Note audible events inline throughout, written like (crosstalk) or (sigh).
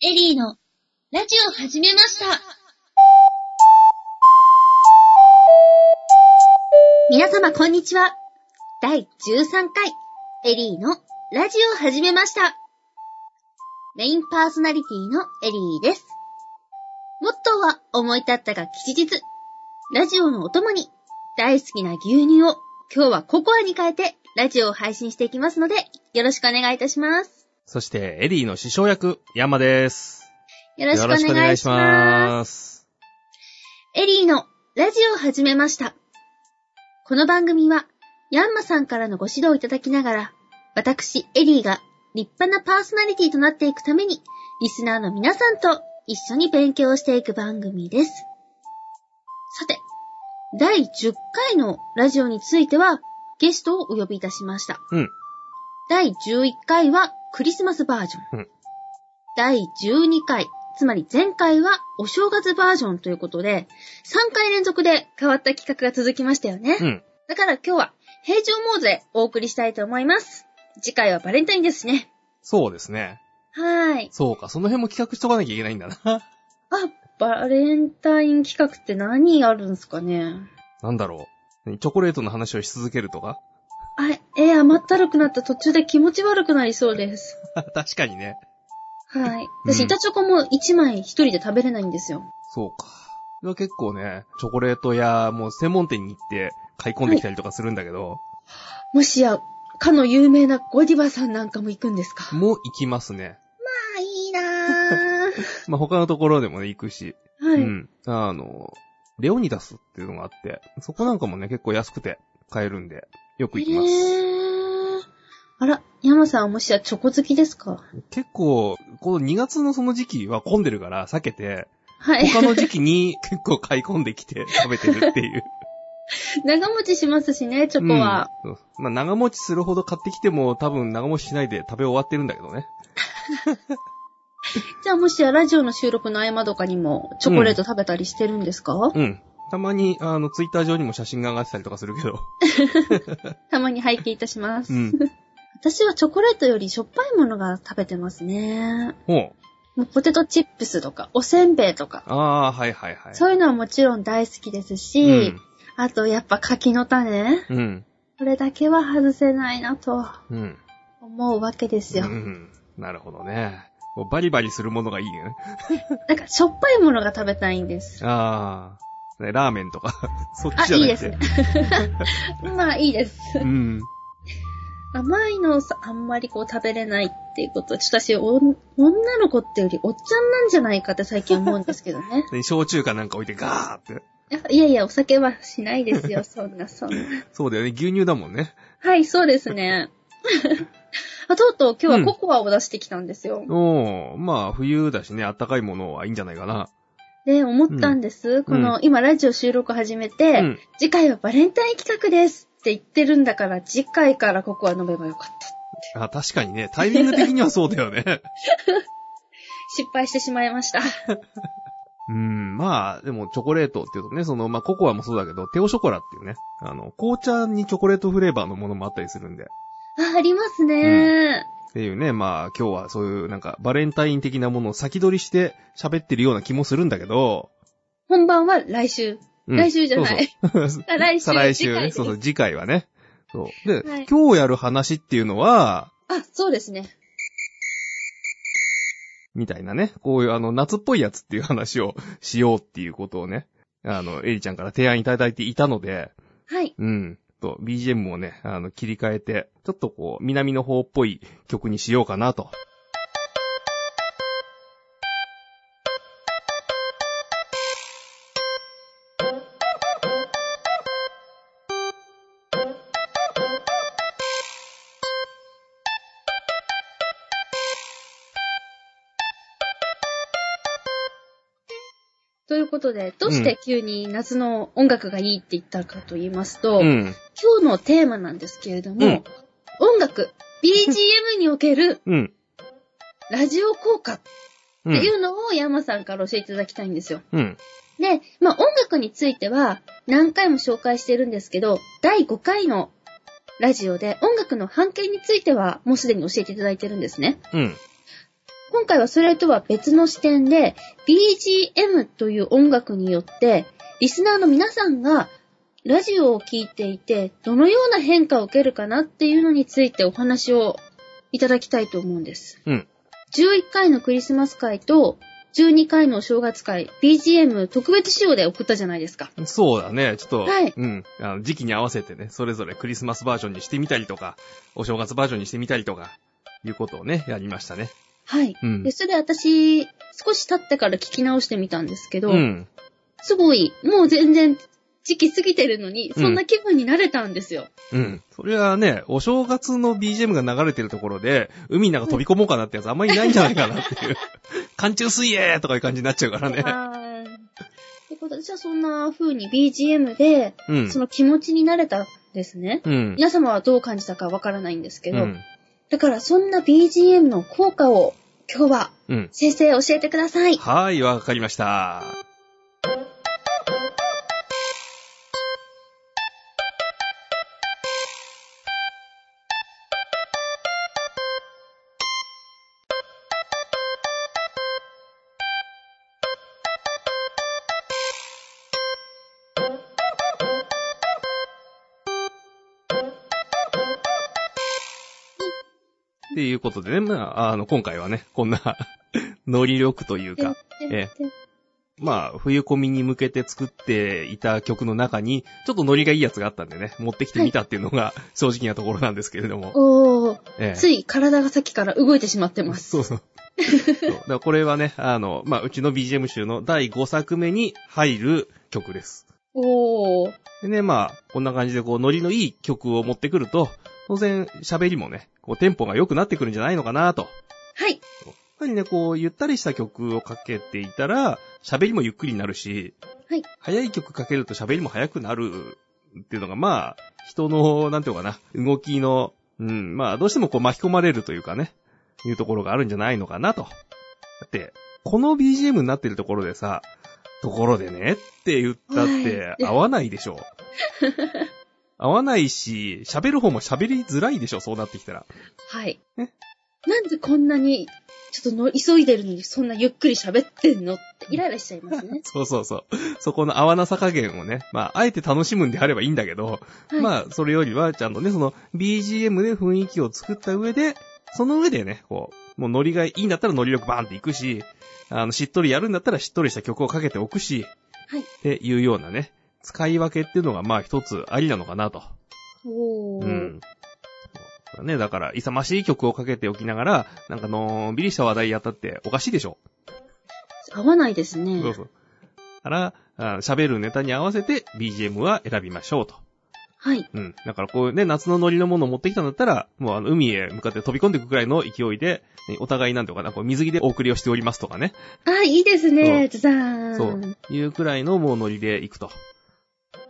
エリーのラジオ始めました。皆様こんにちは。第13回エリーのラジオ始めました。メインパーソナリティのエリーです。モットーは思い立ったが吉日。ラジオのお供に大好きな牛乳を今日はココアに変えてラジオを配信していきますのでよろしくお願いいたします。そして、エリーの師匠役、ヤンマです。よろしくお願いします。す。エリーのラジオを始めました。この番組は、ヤンマさんからのご指導をいただきながら、私、エリーが立派なパーソナリティとなっていくために、リスナーの皆さんと一緒に勉強していく番組です。さて、第10回のラジオについては、ゲストをお呼びいたしました。うん。第11回はクリスマスバージョン。うん第12回、つまり前回はお正月バージョンということで、3回連続で変わった企画が続きましたよね。うん。だから今日は平常モードでお送りしたいと思います。次回はバレンタインですしね。そうですね。はーい。そうか、その辺も企画しとかなきゃいけないんだな。 (laughs) あ、バレンタイン企画って何があるんですかね。なんだろう。チョコレートの話をし続けるとか (laughs) あ、えー甘ったるくなった途中で気持ち悪くなりそうです。確かにね。はい。うん私、板チョコも1枚一人で食べれないんですよ。そうか。いや結構ね、チョコレートや、もう専門店に行って買い込んできたりとかするんだけど、もしや、かの有名なゴディバさんなんかも行くんですか (laughs) あもう行きますね。あ、いいな (laughs) ぁ。まあ、他のところでもね、行くし。はうい。ん。あの、レオニダスっていうのがあって、そこなんかもね、結構安くて買えるんで、よく行きます。へーあら、ヤマさんはもしやチョコ好きですか結構、この2月のその時期は混んでるから避けて、はい。他の時期に (laughs) 結構買い込んできて食べてるっ (laughs) ていう。長持ちしますしね、チョコは。うんそうまあ長持ちするほど買ってきても多分長持ちしないで食べ終わってるんだけどね。じゃあもしやラジオの収録の合間とかにもチョコレート食べたりしてるんですか、うん。たまに、あの、ツイッター上にも写真が上がってたりとかする (laughs) けど。たまに拝見いたします。うん。私はチョコレートよりしょっぱいものが食べてますね。もう。もうポテトチップスとか、おせんべいとか。ああ、はいはいはい。そういうのはもちろん大好きですし、うん。あとやっぱ柿の種うん。これだけは外せないなとうん。思うわけですうよ。ん。なるほどね。こうバリバリするものがいいね。なんかしょっぱいものが食べたいんです。ああ。ねラーメンとか。 (laughs) そっあ、ちじゃいいなでくすて。ね。まあいいです。うん。。甘いのをさあんまりこう食べれないっていうこと、ちょっと私、おん女の子ってよりおっちゃんなんじゃないかって最近思うんですけどね (laughs) で焼酎かなんか置いてガーって。いやいやいや、お酒はしないですよ、そんな、そんな。そうだよね。牛乳だもんね。はい、そうですね。あとうとう今日はココアを出してきたんですよ。おー、まあ冬だしね、あったかいものはいいんじゃないかな。で、思ったんです。この、今ラジオ収録始めて、うん。次回はバレンタイン企画ですって言ってるんだから、次回からココア飲めばよかった。あ、確かにね、タイミング的にはそうだよね。 (laughs) 失敗してしまいました。うん、まあ、でもチョコレートっていうとね、その、まあココアもそうだけど、テオショコラっていうね、あの、紅茶にチョコレートフレーバーのものもあったりするんで。っあ、ありますね、ていうね、まあ今日はそういうなんかバレンタイン的なものを先取りして喋ってるような気もするんだけど、本番は来週。うん、来週じゃない。そうそう (laughs) あ来週。再来週次ね、そう回そう、次回はね。そう。で、はい今日やる話っていうのは、あ、そうですね。みたいなね、こういうあの、夏っぽいやつっていう話をしようっていうことをね、あの、エリちゃんから提案いただいていたので、はい。うん。と、BGM をね、あの、切り替えて、ちょっとこう、南の方っぽい曲にしようかなと。ということで、どうして急に夏の音楽がいいって言ったかと言いますと、うん。今日のテーマなんですけれども、うん音楽、BGM におけるうん。ラジオ効果っうていん。うのを山さんから教えていただきたいんですよ。うん。で、まあ、音楽については何回も紹介してるんですけど、第5回のラジオで音楽の版権についてはもうすでに教えていただいてるんですね。うん。今回はそれとは別の視点で、BGM という音楽によって、リスナーの皆さんがラジオを聴いていて、どのような変化を受けるかなっていうのについてお話をいただきたいと思うんです。うん。 11回のクリスマス会と、12回のお正月会、BGM 特別仕様で送ったじゃないですか。そうだね。ちょっと、はいうん。あの時期に合わせてね、それぞれクリスマスバージョンにしてみたりとか、お正月バージョンにしてみたりとか、いうことをね、やりましたね。はい。うんで、。それ私、少し経ってから聞き直してみたんですけど、うん。すごい、もう全然時期過ぎてるのに、そんな気分になれたんですよ。うん。それはね、お正月の BGM が流れてるところで、海の中飛び込もうかなってやつあんまりいないんじゃないかなって (laughs) いう。寒中水泳とかいう感じになっちゃうからね。はい。ってことで、じゃあそんな風に BGM で、うん。その気持ちになれたんですね。うん。皆様はどう感じたかわからないんですけうど、ん。だからそんな BGM の効果を今日はうん。先生教えてください。はい、わかりました。っていうことでね、まあ、あの、今回はね、こんな、 (laughs) ノリ力というか、えまあ、冬コミに向けて作っていた曲の中に、ちょっとノリがいいやつがあったんでね、持ってきてみたっていうのが正直なところなんですけれども。おー、ええつい体がさっきから動いてしまってます。そうそう。そうだからこれはね、あの、まあ、うちの BGM 集の第5作目に入る曲です。おー、でね、まあ、こんな感じでこう、ノリのいい曲を持ってくると、当然、喋りもね、こう、テンポが良くなってくるんじゃないのかなと。はい。やっぱりね、こう、ゆったりした曲をかけていたら、喋りもゆっくりになるし、はい早い曲かけると喋りも早くなるっていうのが、まあ、人の、なんていうのかな、動きの、うん、まあ、どうしてもこう巻き込まれるというかね、いうところがあるんじゃないのかなと。だって、この BGM になってるところでさ、ところでねって言ったはってい合わないでしょ。合わないし、喋る方も喋りづらいでしょ、そうなってきたら。はいえ。。なんでこんなに、ちょっとの急いでるのにそんなゆっくり喋ってんのってイライラしちゃいますね (laughs) そうそうそう。そこの合わなさ加減をね、まあ、あえて楽しむんであればいいんだけど、はい、まあ、それよりはちゃんとね、その BGM で雰囲気を作った上で、その上でね、こう、もうノリがいいんだったらノリ力バーンっていくし、あの、しっとりやるんだったらしっとりした曲をかけておくし、はいっていうようなね、使い分けっていうのがまあ一つありなのかなと。おー。うん。ね、だから、勇ましい曲をかけておきながら、なんかのんびりした話題やったっておかしいでしょ合わないですね。そうそう。だから、あ喋るネタに合わせて BGM は選びましょうと。はい。うん。だからこういうね、夏のノリのものを持ってきたんだったら、もうあの、海へ向かって飛び込んでいくくらいの勢いで、ねお互いなんていうのかな、こう水着でお送りをしておりますとかね。あ、いいですね。ザザーン。そう。いうくらいのもうノリで行くと。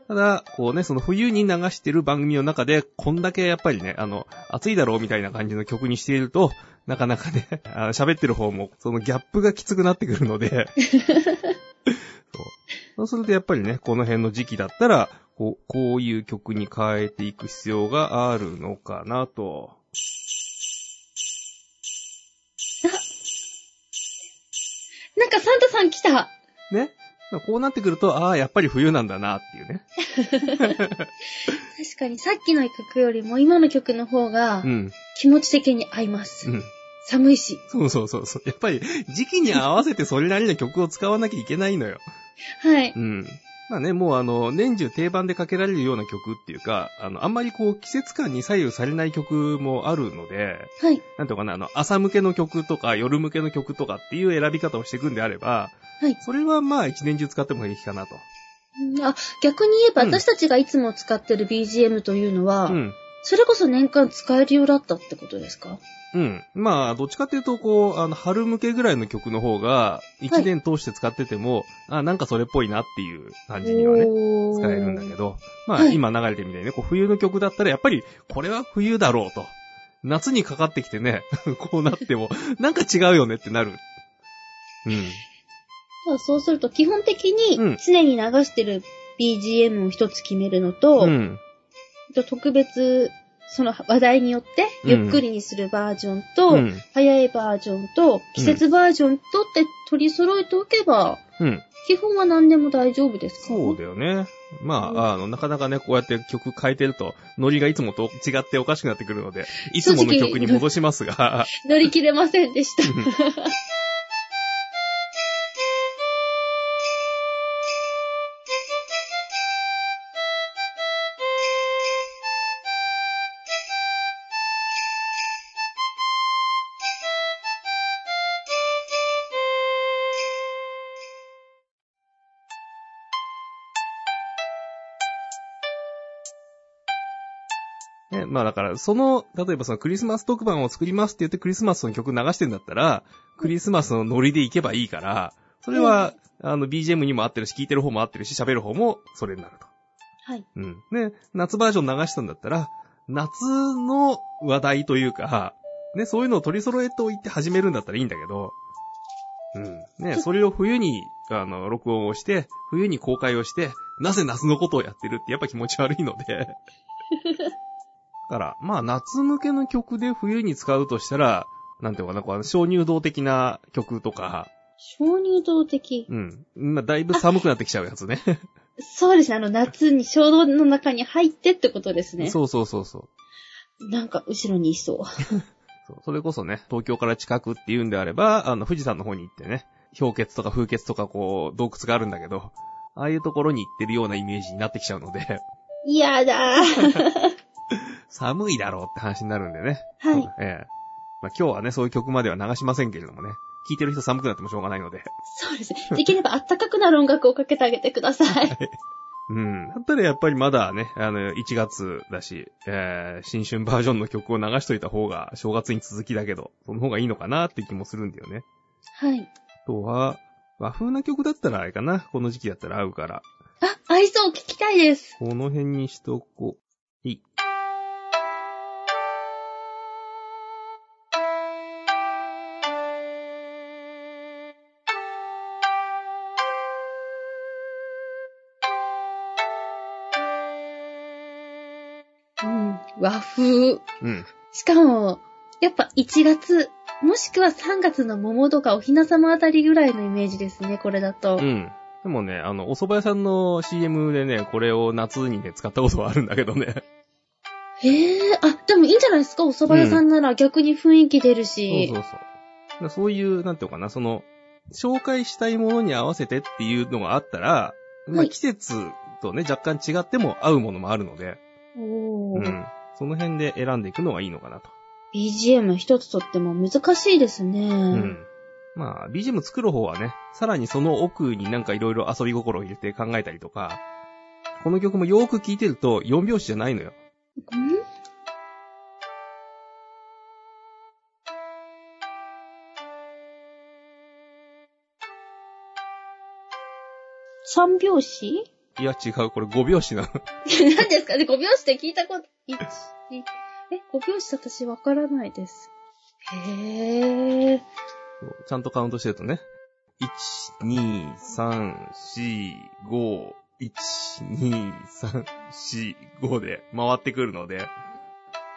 ただ、こうね、その冬に流してる番組の中で、こんだけやっぱりね、あの、暑いだろうみたいな感じの曲にしていると、なかなかね、 (laughs) あ喋ってる方も、そのギャップがきつくなってくるので、そうそうするとやっぱりね、この辺の時期だったら、こう、こういう曲に変えていく必要があるのかなと。なんかサンタさん来た。ね。こうなってくると、ああ、やっぱり冬なんだなっていうね。確かにさっきの曲よりも今の曲の方がうん。気持ち的に合います。うん。寒いし。そうそうそうそう。やっぱり、時期に合わせてそれなりの曲を使わなきゃいけないのよ。はい。うん。まあね、もうあの、年中定番でかけられるような曲っていうか、あの、あんまりこう、季節感に左右されない曲もあるので、はい。なんとかな、あの、朝向けの曲とか、夜向けの曲とかっていう選び方をしていくんであれば、はい。それはまあ、一年中使ってもいいかなと。うんあ、逆に言えばうん私たちがいつも使ってる BGM というのは、うん。それこそ年間使えるようだったってことですかうん。まあ、どっちかっていうと、こう、あの、春向けぐらいの曲の方が、一年通して使ってても、あ、なんかそれっぽいなっていう感じにはね、おー使えるんだけど、まあはい今流れてみたいにね、こう冬の曲だったらやっぱりこれは冬だろうと。夏にかかってきてね、 (laughs) こうなっても、なんか違うよねってなる。うただそうすると基本的うんに常に流してる BGM を一つ決めるのと、ん。うん。特別その話題によって、うんゆっくりにするバージョンと、うん。早いバージョンと、季節バージョンとって取り揃えておけば、うん。基本は何でも大丈夫ですかそうだよね。まあ、あの、なかなかね、こうやって曲変えてると、ノリがいつもと違っておかしくなってくるので、いつもの曲に戻しますが、乗り切れませんでした。ね、まあだから、その、例えばそのクリスマス特番を作りますって言ってクリスマスの曲流してんだったら、クリスマスのノリで行けばいいから、それは、あの、BGM にも合ってるし、聴いてる方も合ってるし、喋る方もそれになると。はい。うん。ね、夏バージョン流したんだったら、夏の話題というか、ね、そういうのを取り揃えておいて始めるんだったらいいんだけど、うん。ね、それを冬に、あの、録音をして、冬に公開をして、なぜ夏のことをやってるってやっぱ気持ち悪いの (laughs) で。だから、まあ夏向けの曲で冬に使うとしたら、なんていうのかな、こうあの、鍾乳洞的な曲とか、鍾乳洞的。うん。まあだいぶ寒くなってきちゃうやつね。そうですね。あの、夏に衝動の中に入ってってことですね。そうそうそうそう。なんか、後ろにいそう。そうそれこそね、東京から近くっていうんであれば、あの、富士山の方に行ってね、氷結とか風結とかこう、洞窟があるんだけど、ああいうところに行ってるようなイメージになってきちゃうので、 (laughs) 嫌だー。寒いだろうって話になるんでね。はい。ええ。まあ今日はね、そういう曲までは流しませんけれどもね、聴いてる人寒くなってもしょうがないので。そうですね。できれば暖かくなる音楽をかけてあげてください。うん。だったらやっぱりまだね、あの、1月だし、えー、新春バージョンの曲を流しといた方が、正月に続きだけど、その方がいいのかなって気もするんだよね。はい。あとは、和風な曲だったらあれかな。この時期だったら合うから。あ、愛想を聞きたいです。この辺にしとこう。いい。うん。和風。うん。しかも、やっぱ1月、もしくは3月の桃とかお雛様あたりぐらいのイメージですね、これだと。うん。でもね、あの、お蕎麦屋さんの CM でね、これを夏にね、使ったことはあるんだけどね。へえ、あ、でもいいんじゃないですかお蕎麦屋さんなら逆に雰囲気出るし。そうそうそう。だからそういう、なんていうのかな、その、紹介したいものに合わせてっていうのがあったら、まはあ、い季節とね、若干違っても合うものもあるので、おうーん。その辺で選んでいくのがいいのかなと。 BGM 一つとっても難しいですね。うん。まあ、BGM 作る方はね、さらにその奥になんかいろいろ遊び心を入れて考えたりとか、この曲もよーく聴いてると4拍子じゃないのよ。うん三拍子いや違う、これ5拍子なの。 (laughs) 何ですかね ?5 拍子って聞いたこと、一、二え、5拍子私わからないです。へぇー。ちゃんとカウントしてるとね。1、2、3、4、5、1、2、3、4、5で回ってくるの (laughs) で、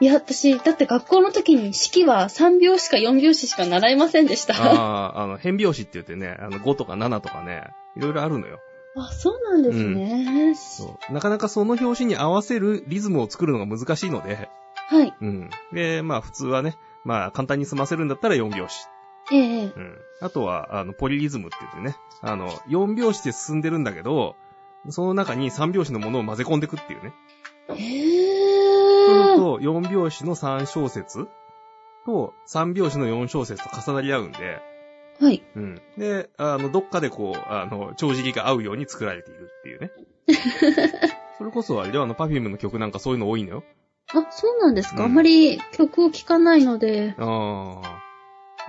いや、私、だって学校の時に式は3拍子か4拍子しか習いませんでした。あ (laughs) ああー、あの、変拍子って言ってね、あの、5とか7とかね、いろいろあるのよ。そうなんですね。そう。なかなかその拍子に合わせるリズムを作るのが難しいので、はい。うん。で、まあ普通はね、まあ簡単に済ませるんだったら4拍子。ええうん。あとは、あの、ポリリズムって言ってね、あの、4拍子で進んでるんだけど、その中に3拍子のものを混ぜ込んでくっていうね。へそぇー。うと、4拍子の3小節と、3拍子の4小節と重なり合うんで、はい。うん。で、あの、どっかでこう、あの、帳尻が合うように作られているっていうね。それこそあれではあの、パフュームの曲なんかそういうの多いのよ。あ、そうなんですか、うんあんまり曲を聴かないので。ああ。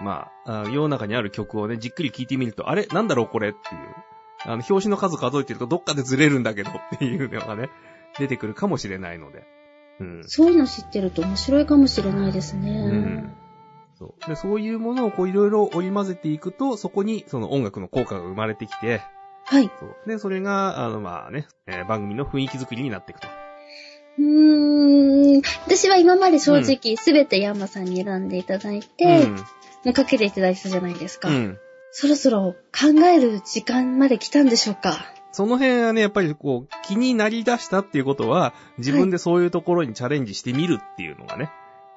まあ、あ世の中にある曲をね、じっくり聴いてみると、あれなんだろうこれっていう。あの、表紙の数数えてるとどっかでずれるんだけどっていうのがね、出てくるかもしれないので。うん。そういうの知ってると面白いかもしれないですね。うんそう。で、そういうものをこういろいろ織り混ぜていくと、そこにその音楽の効果が生まれてきて、はい。そう。で、それが、あの、まあね、えー番組の雰囲気作りになっていくと。うーん、うん、私は今まで正直すべてヤンマさんに選んでいただいて、うんもうかけていただいてたじゃないですか。うん。そろそろ考える時間まで来たんでしょうか。その辺はね、やっぱりこう、気になりだしたっていうことは、自分でそういうところにチャレンジしてみるっていうのがね、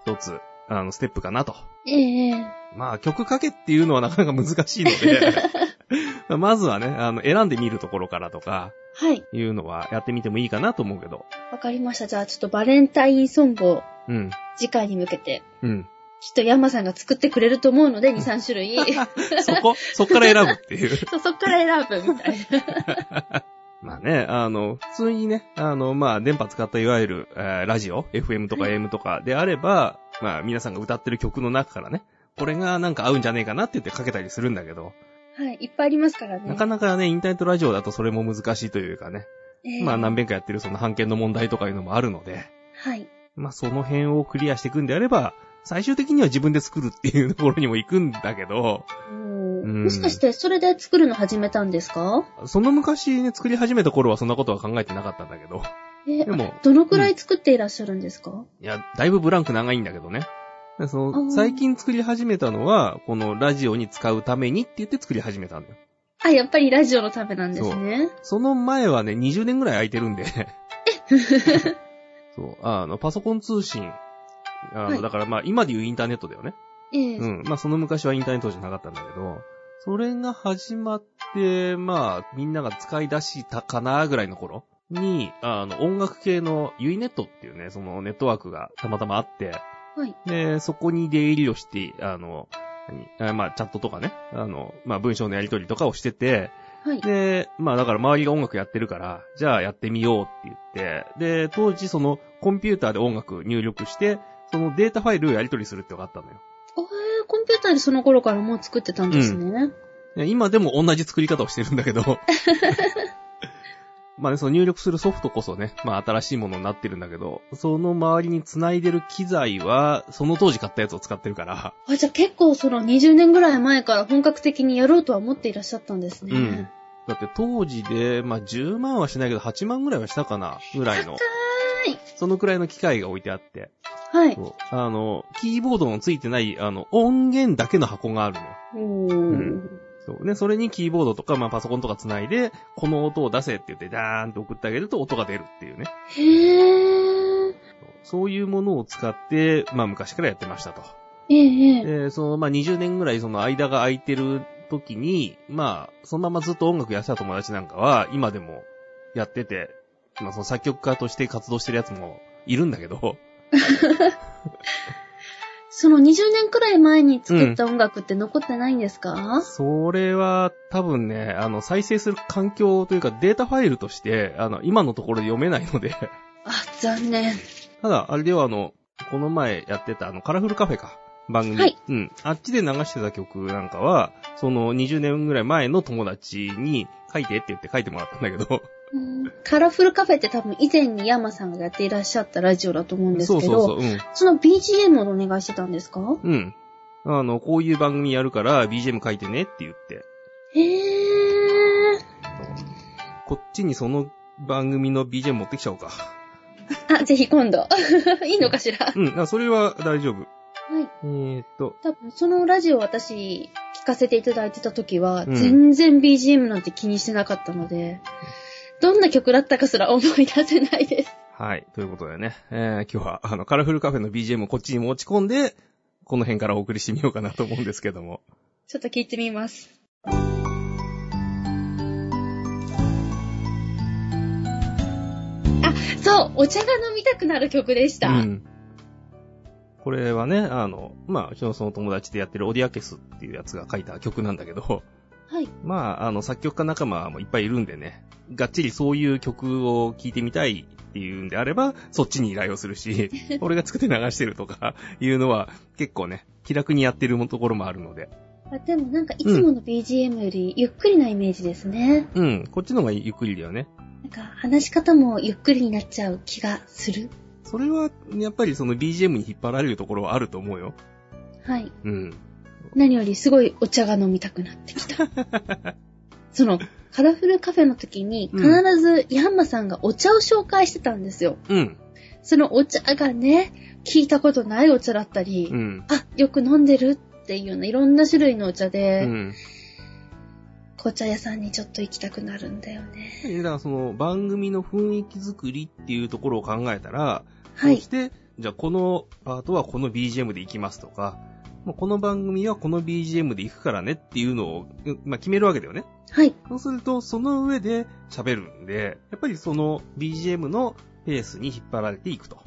一つ、あの、ステップかなと。ええまあ、曲かけっていうのはなかなか難しいの (laughs) で、まずはね、あの、選んでみるところからとか、はい。いうのはやってみてもいいかなと思うけど。わかりました。じゃあちょっとバレンタインソングをうん。次回に向けて、うん。きっとヤンマさんが作ってくれると思うので、2、3種類。そこ、そっから選ぶっていう。 (laughs) そうそっから選ぶみたいな。まあね、あの、普通にね、あの、まあ、電波使ったいわゆる、えーラジオ、FM とかは AM とかであれば、まあ、皆さんが歌ってる曲の中からね、これがなんか合うんじゃねえかなって言ってかけたりするんだけど、 (laughs) はい。いっぱいありますからね。なかなかね、インターネットラジオだとそれも難しいというかね、ええまあ何遍かやってるその判権の問題とかいうのもあるので、はい。まあその辺をクリアしていくんであれば、最終的には自分で作るっていうところにも行くんだけど、おーうんもしかして、それで作るの始めたんですかその昔ね、作り始めた頃はそんなことは考えてなかったんだけど、えでも、どのくらい作っていらっしゃるんですか、いや、だいぶブランク長いんだけどね。でそあーの最近作り始めたのは、このラジオに使うためにって言って作り始めたんだよ。あ、やっぱりラジオのためなんですね。その前はね、20年ぐらい空いてるんで。 (laughs) そう、あの、パソコン通信。あの、はいだからまあ今で言うインターネットだよね。 (laughs) ええうん。まあその昔はインターネットじゃなかったんだけど、それが始まって、まあみんなが使い出したかなぐらいの頃に、あの音楽系のユイネットっていうね、そのネットワークがたまたまあって、はい。で、そこに出入りをして、あの、何あまあチャットとかね、あの、まあ文章のやり取りとかをしてて、はい。で、まあだから周りが音楽やってるから、じゃあやってみようって言って、で、当時そのコンピューターで音楽入力して、そのデータファイルをやり取りするってのがあったのよ。あへえコンピューターでその頃からもう作ってたんですね。ね今でも同じ作り方をしてるんだけど。まあね、その入力するソフトこそね、まあ新しいものになってるんだけど、その周りに繋いでる機材は、その当時買ったやつを使ってるから、あ、じゃあ結構その20年ぐらい前から本格的にやろうとは思っていらっしゃったんですね。うん。だって当時で、まあ10万はしないけど8万ぐらいはしたかな、ぐらいの。そのくらいの機械が置いてあって。はい。そうあの、キーボードのついてない、あの、音源だけの箱があるの。おーうんそうね、それにキーボードとか、まあパソコンとか繋いで、この音を出せって言って、ダーンと送ってあげると音が出るっていうね。へえ。そういうものを使って、まあ昔からやってましたと。ええええで、そのまあ20年ぐらいその間が空いてる時に、まあそのままずっと音楽やってた友達なんかは今でもやってて、まあその作曲家として活動してるやつもいるんだけど、その20年くらい前に作った音楽って残ってないんですか、それは多分ね、あの再生する環境というかデータファイルとして、あの今のところで読めないので、あ、残念。ただ、あれではあの、この前やってたあの、カラフルカフェか。番組。はいうん。あっちで流してた曲なんかは、その20年ぐらい前の友達に書いてって言って書いてもらったんだけど。うんカラフルカフェって多分以前にヤマさんがやっていらっしゃったラジオだと思うんですけそど、うそうそう。うん。その BGM をお願いしてたんですかうん。あの、こういう番組やるから BGM 書いてねって言って。へえ。こっちにその番組の BGM 持ってきちゃおうか。あ、ぜひ今度。 (laughs) いいのかしら。うん。あそれは大丈夫。はい。えーっと、多分そのラジオ私聞かせていただいてた時は、うん全然 BGM なんて気にしてなかったので、どんな曲だったかすら思い出せないです。 (laughs) はい。ということでね。えー、今日は、あの、カラフルカフェの BGM をこっちに持ち込んで、この辺からお送りしてみようかなと思うんですけども。ちょっと聞いてみます。あ、そう、お茶が飲みたくなる曲でした。うん。これはね、あの、まあ、うちのその友達でやってるオディアケスっていうやつが書いた曲なんだけど、 (laughs) はい。まあ、あの、作曲家仲間もいっぱいいるんでね、がっちりそういう曲を聴いてみたいっていうんであれば、そっちに依頼をするし、俺が作って流してるとかいうのは結構ね、気楽にやってるところもあるので、あでもなんかいつもの BGM よりゆっくりなイメージですね。うん、こっちの方がゆっくりだよね。なんか話し方もゆっくりになっちゃう気がする。それは、やっぱりその BGM に引っ張られるところはあると思うよ。はい。うん。何よりすごいお茶が飲みたくなってき (laughs) た。その、カラフルカフェの時に必ずヤンマさんがお茶を紹介してたんですよ。うん。そのお茶がね、聞いたことないお茶だったり、うん。あ、よく飲んでるっていうようないろんな種類のお茶うで、ん。紅茶屋さんにちょっと行きたくなるんだよね。だからその番組の雰囲気作りっていうところを考えたら、はそいし。て、じゃあこのパートはこの BGM で行きますとか、まあこの番組はこの BGM で行くからねっていうのを、うんまあ、決めるわけだよね。はい。そうすると、その上で喋るんで、やっぱりその BGM のペースに引っ張られていくと。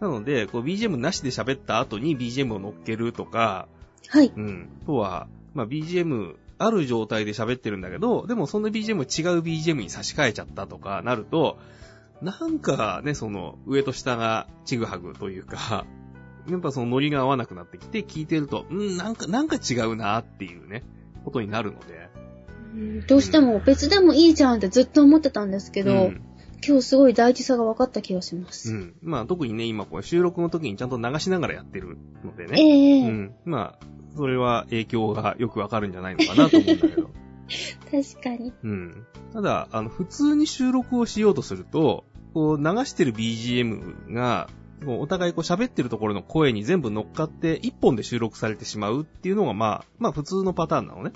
なので、こう BGM なしで喋った後に BGM を乗っけるとか、はい。うん。あとは、まあ、BGM ある状態で喋ってるんだけど、でもその BGM を違う BGM に差し替えちゃったとかなると、なんかね、その上と下がちぐはぐというか、やっぱそのノリが合わなくなってきて聞いてると、うん、なんか、なんか違うなっていうね、ことになるので。うんどうしても別でもいいじゃんってずっと思ってたんですけど、うん今日すごい大事さが分かった気がしまうす。ん。まあ特にね、今これ収録の時にちゃんと流しながらやってるのでね。ええうん。まあ、それは影響がよくわかるんじゃないのかなと思うんだけど。確かに。うん。ただ、あの、普通に収録をしようとすると、こう流してる BGM が、こうお互いこう喋ってるところの声に全部乗っかって一本で収録されてしまうっていうのがまあ、まあ普通のパターンなのね。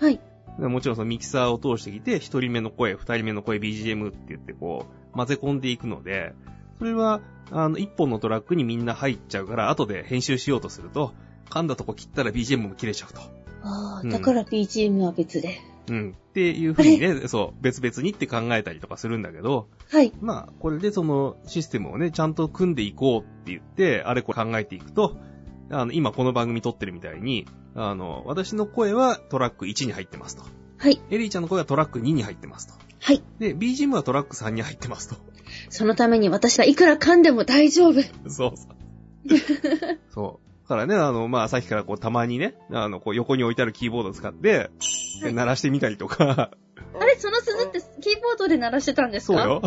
はい。もちろんそのミキサーを通してきて、一人目の声、二人目の声、BGM って言ってこう、混ぜ込んでいくので、それは、あの、一本のトラックにみんな入っちゃうから、後で編集しようとすると、噛んだとこ切ったら BGM も切れちゃうと。あうあ、んだから BGM は別で。うん。っていう風にね、 (laughs) そう、別々にって考えたりとかするんだけど、はい。まあ、これでそのシステムをね、ちゃんと組んでいこうって言って、あれこれ考えていくと、あの、今この番組撮ってるみたいに、あの、私の声はトラック1に入ってますと。はい。エリーちゃんの声はトラック2に入ってますと。はい。で、BGM はトラック3に入ってますと。 (laughs) そのために私はいくら噛んでも大丈夫。そ (laughs) うそう。そう。だからね、あの、まあ、さっきからこう、たまにね、あの、こう、横に置いてあるキーボードを使って、はい鳴らしてみたり (laughs) とか、あれ、その鈴ってキーボードで鳴らしてたんですそうかよ、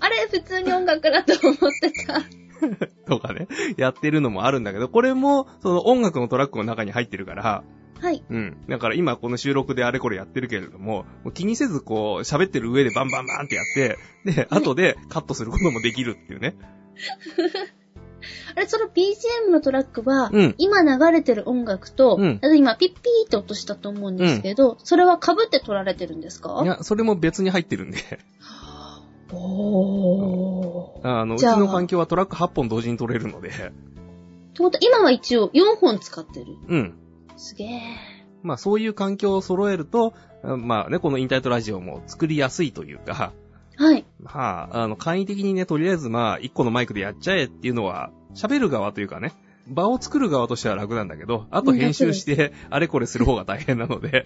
あれ、普通に音楽だと思ってた。とかね、やってるのもあるんだけど、これも、その音楽のトラックの中に入ってるから、 (laughs) はい。うん。だから今この収録であれこれやってるけれども、もう気にせずこう、喋ってる上でバンバンバンってやって、で、後でカットすることもできるっていうね。あれ、その BGM のトラックは、うん今流れてる音楽と、うんあと今ピッピーって音したと思うんですけど、それは被って取られてるんですかいや、それも別に入ってるんで。 (laughs) おー。あの、うちじゃあの環境はトラック8本同時に撮れるので、ってことは今は一応4本使ってる。うん。すげー。まあそういう環境を揃えると、うんまあね、このインターネットラジオも作りやすいというか、はい。まあ、あの、簡易的にね、とりあえずまあ、1個のマイクでやっちゃえっていうのは、喋る側というかね、場を作る側としては楽なんだけど、あと編集して、あれこれする方が大変なので、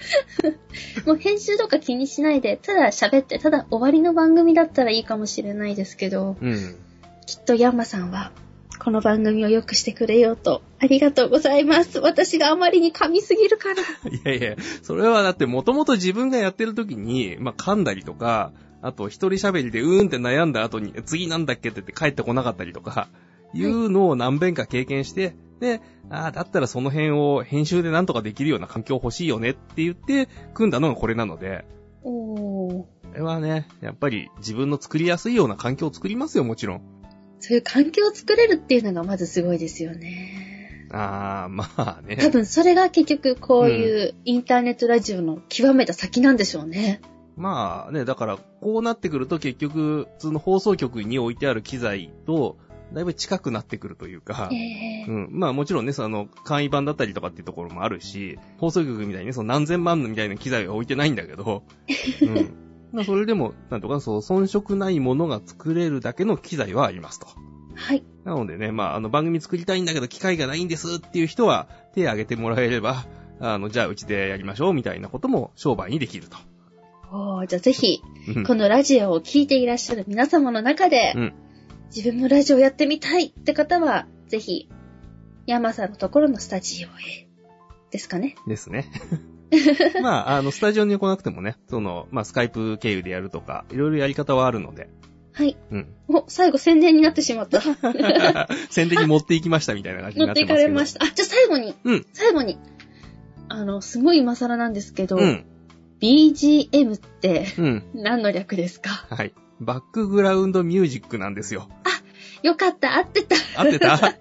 もう編集とか気にしないで、ただ喋って、ただ終わりの番組だったらいいかもしれないですけど、うん。きっとヤンマさんは、この番組を良くしてくれようと、ありがとうございます。私があまりに噛みすぎるから。いやいや、それはだってもともと自分がやってる時に、まあ、噛んだりとか、あと一人喋りでうーんって悩んだ後に、次なんだっけって言って帰ってこなかったりとか、いうのを何遍か経験して、で、ああ、だったらその辺を編集でなんとかできるような環境欲しいよねって言って、組んだのがこれなので、おー。これはね、やっぱり自分の作りやすいような環境を作りますよ、もちろん。そういう環境を作れるっていうのがまずすごいですよね。ああ、まあね。多分それが結局こういうインターネットラジオの極めた先なんでしょうね。まあね、だから、こうなってくると結局、普通の放送局に置いてある機材と、だいぶ近くなってくるというか、えうん、まあもちろんね、その、簡易版だったりとかっていうところもあるし、放送局みたいにね、その何千万のみたいな機材は置いてないんだ (laughs) けど、うん。まあそれでも、なんとかそう、遜色ないものが作れるだけの機材はありますと。はい。なのでね、まあ、あの、番組作りたいんだけど、機会がないんですっていう人は、手挙げてもらえれば、あの、じゃあ、うちでやりましょうみたいなことも商売にできると。おーじゃあぜひ、うんこのラジオを聴いていらっしゃる皆様の中で、うん自分もラジオやってみたいって方は、ぜひ、ヤマさんのところのスタジオへ、ですかね。ですね。 (laughs) まあ、あの、スタジオに来なくてもね、その、まあ、スカイプ経由でやるとか、いろいろやり方はあるので、はい。うん。 (laughs) お、最後宣伝になってしまった。宣伝に持っていきましたみたいな感じに乗なっっていてますかけれど。ました。あ、じゃあ最後に、うん最後に、あの、すごい今更なんですけど、うん。 BGM ってうん。何の略ですかはい。バックグラウンドミュージックなんですよ。よかった、合ってた。 (laughs) 合ってた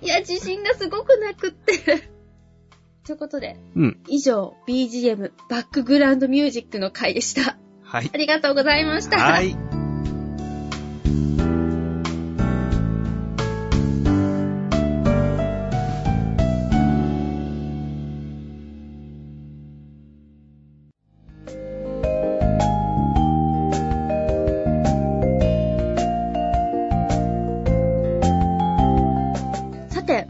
いや、自信がすごくなくって。 (laughs) ということで、うん。以上、BGM、バックグラウンドミュージックの回でした。はいあ。りがとうございました。はい。さて、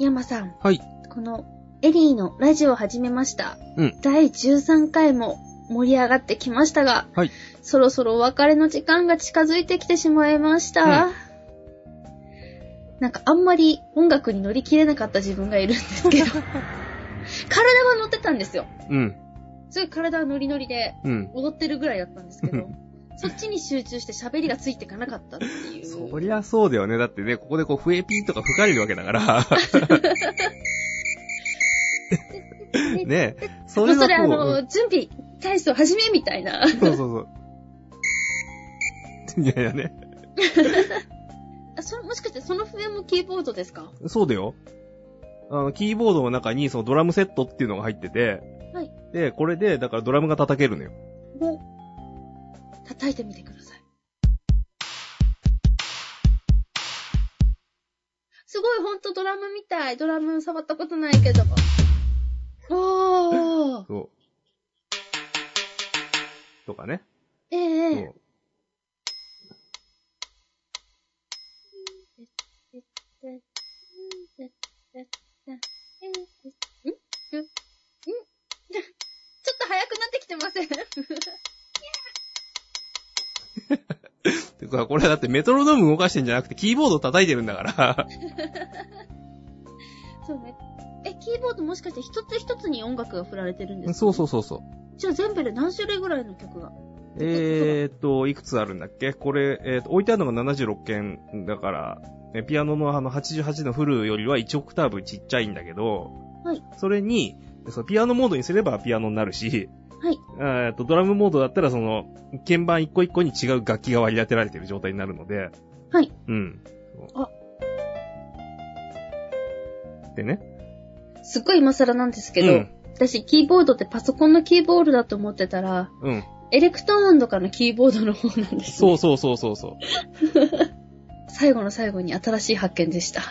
山さん、はい。この、エリーのラジオを始めました。うん第13回も盛り上がってきましたが、はいそろそろお別れの時間が近づいてきてしまいました。うなんかあんまり音楽に乗り切れなかった自分がいるんです (laughs) けど、体は乗ってたんですよ。うん。すごい体はノリノリでうん。踊ってるぐらいだったんですけうどん、そっちに集中して喋りがついていかなかったっていう。そりゃそうだよね。だってね、ここでこう、笛ピーとか吹かれるわけだから。ねそもれうそはれあこうの、準備、体操始めみたいな。 (laughs) そうそうそう。いやいやね。あそもしかしてその笛もキーボードですかそうだよ。あの、キーボードの中にそのドラムセットっていうのが入ってて、はいで、これで、だからドラムが叩けるのよ。を叩いてみてください。すごい、ほんとドラムみたい。ドラム触ったことないけど。おー。そう。とかね。えそえうんんちょっと早くなってきてませんてか、これだってメトロノーム動かしてんじゃなくて、キーボード叩いてるんだから。そうね。え、キーボードもしかして一つ一つに音楽が振られてるんですか (laughs) そうそうそうそう。じゃあ全部で何種類ぐらいの曲がえーっと、いくつあるんだっけこれ、えーっと、置いてあるのが76件だから、ねピアノのあの88のフルよりは1オクターブちっちゃいんだけど、はいそれに、そのピアノモードにすればピアノになるし、はい。えーっと、ドラムモードだったらその、鍵盤一個一個に違う楽器が割り当てられてる状態になるので、はい。うん。あでね。すっごい今更なんですけど、うん私キーボードってパソコンのキーボードだと思ってたら、うん。エレクトーンとかのキーボードの方なんです、そね。うそうそうそうそう。最後の最後に新しい発見で (laughs) した。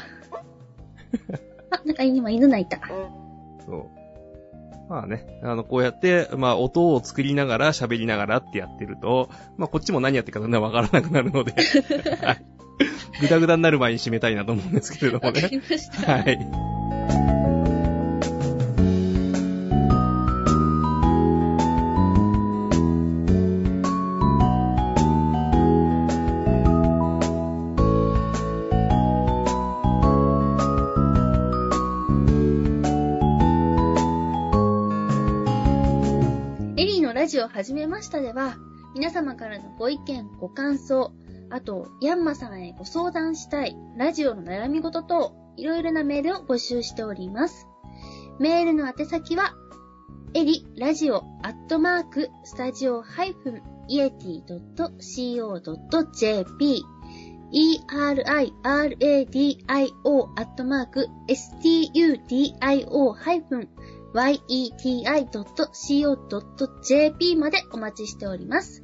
あ、なんか今犬鳴いた。そう。まあね、あの、こうやって、まあ、音を作りながら、喋りながらってやってると、まあ、こっちも何やってるかだんだんわからなくなるので、 (laughs) はいぐだぐだになる前に締めたいなと思うんですけれどもわかりね。ました。はい。エリーのラジオを始めましたでは、皆様からのご意見、ご感想、あと、ヤンマさんへご相談したい、ラジオの悩み事等、いろいろなメールを募集しております。メールの宛先は、エリラジオアットマークスタジオハイフンイエティ .co.jp eriradio アットマーク studio ハイフン yeti.co.jp までお待ちしております。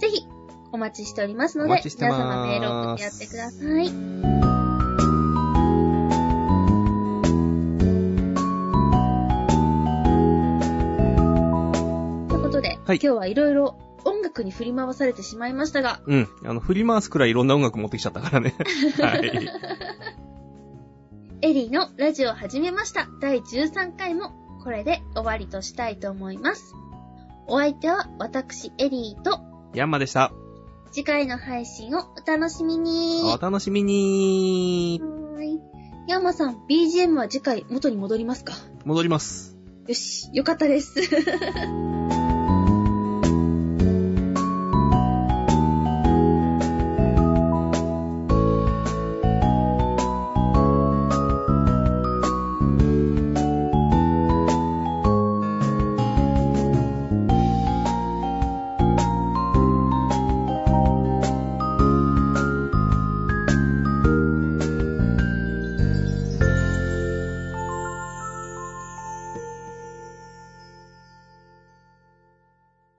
ぜひ、お待ちしておりますのおで待ち、して皆ます様メールを送ってやってください。ということで、は今い日はいろいろ音楽に振り回されてしまいましたが、うん。あの、振り回すくらいいろんな音楽持ってきちゃったからね。はい。エリーのラジオを始めました第13回もこれで終わりとしたいと思います。お相手は私エリーとヤンマでした。次回の配信をお楽しみに。お楽しみにはーい。ヤンマさん、BGM は次回元に戻りますか戻ります。よし、よかったです。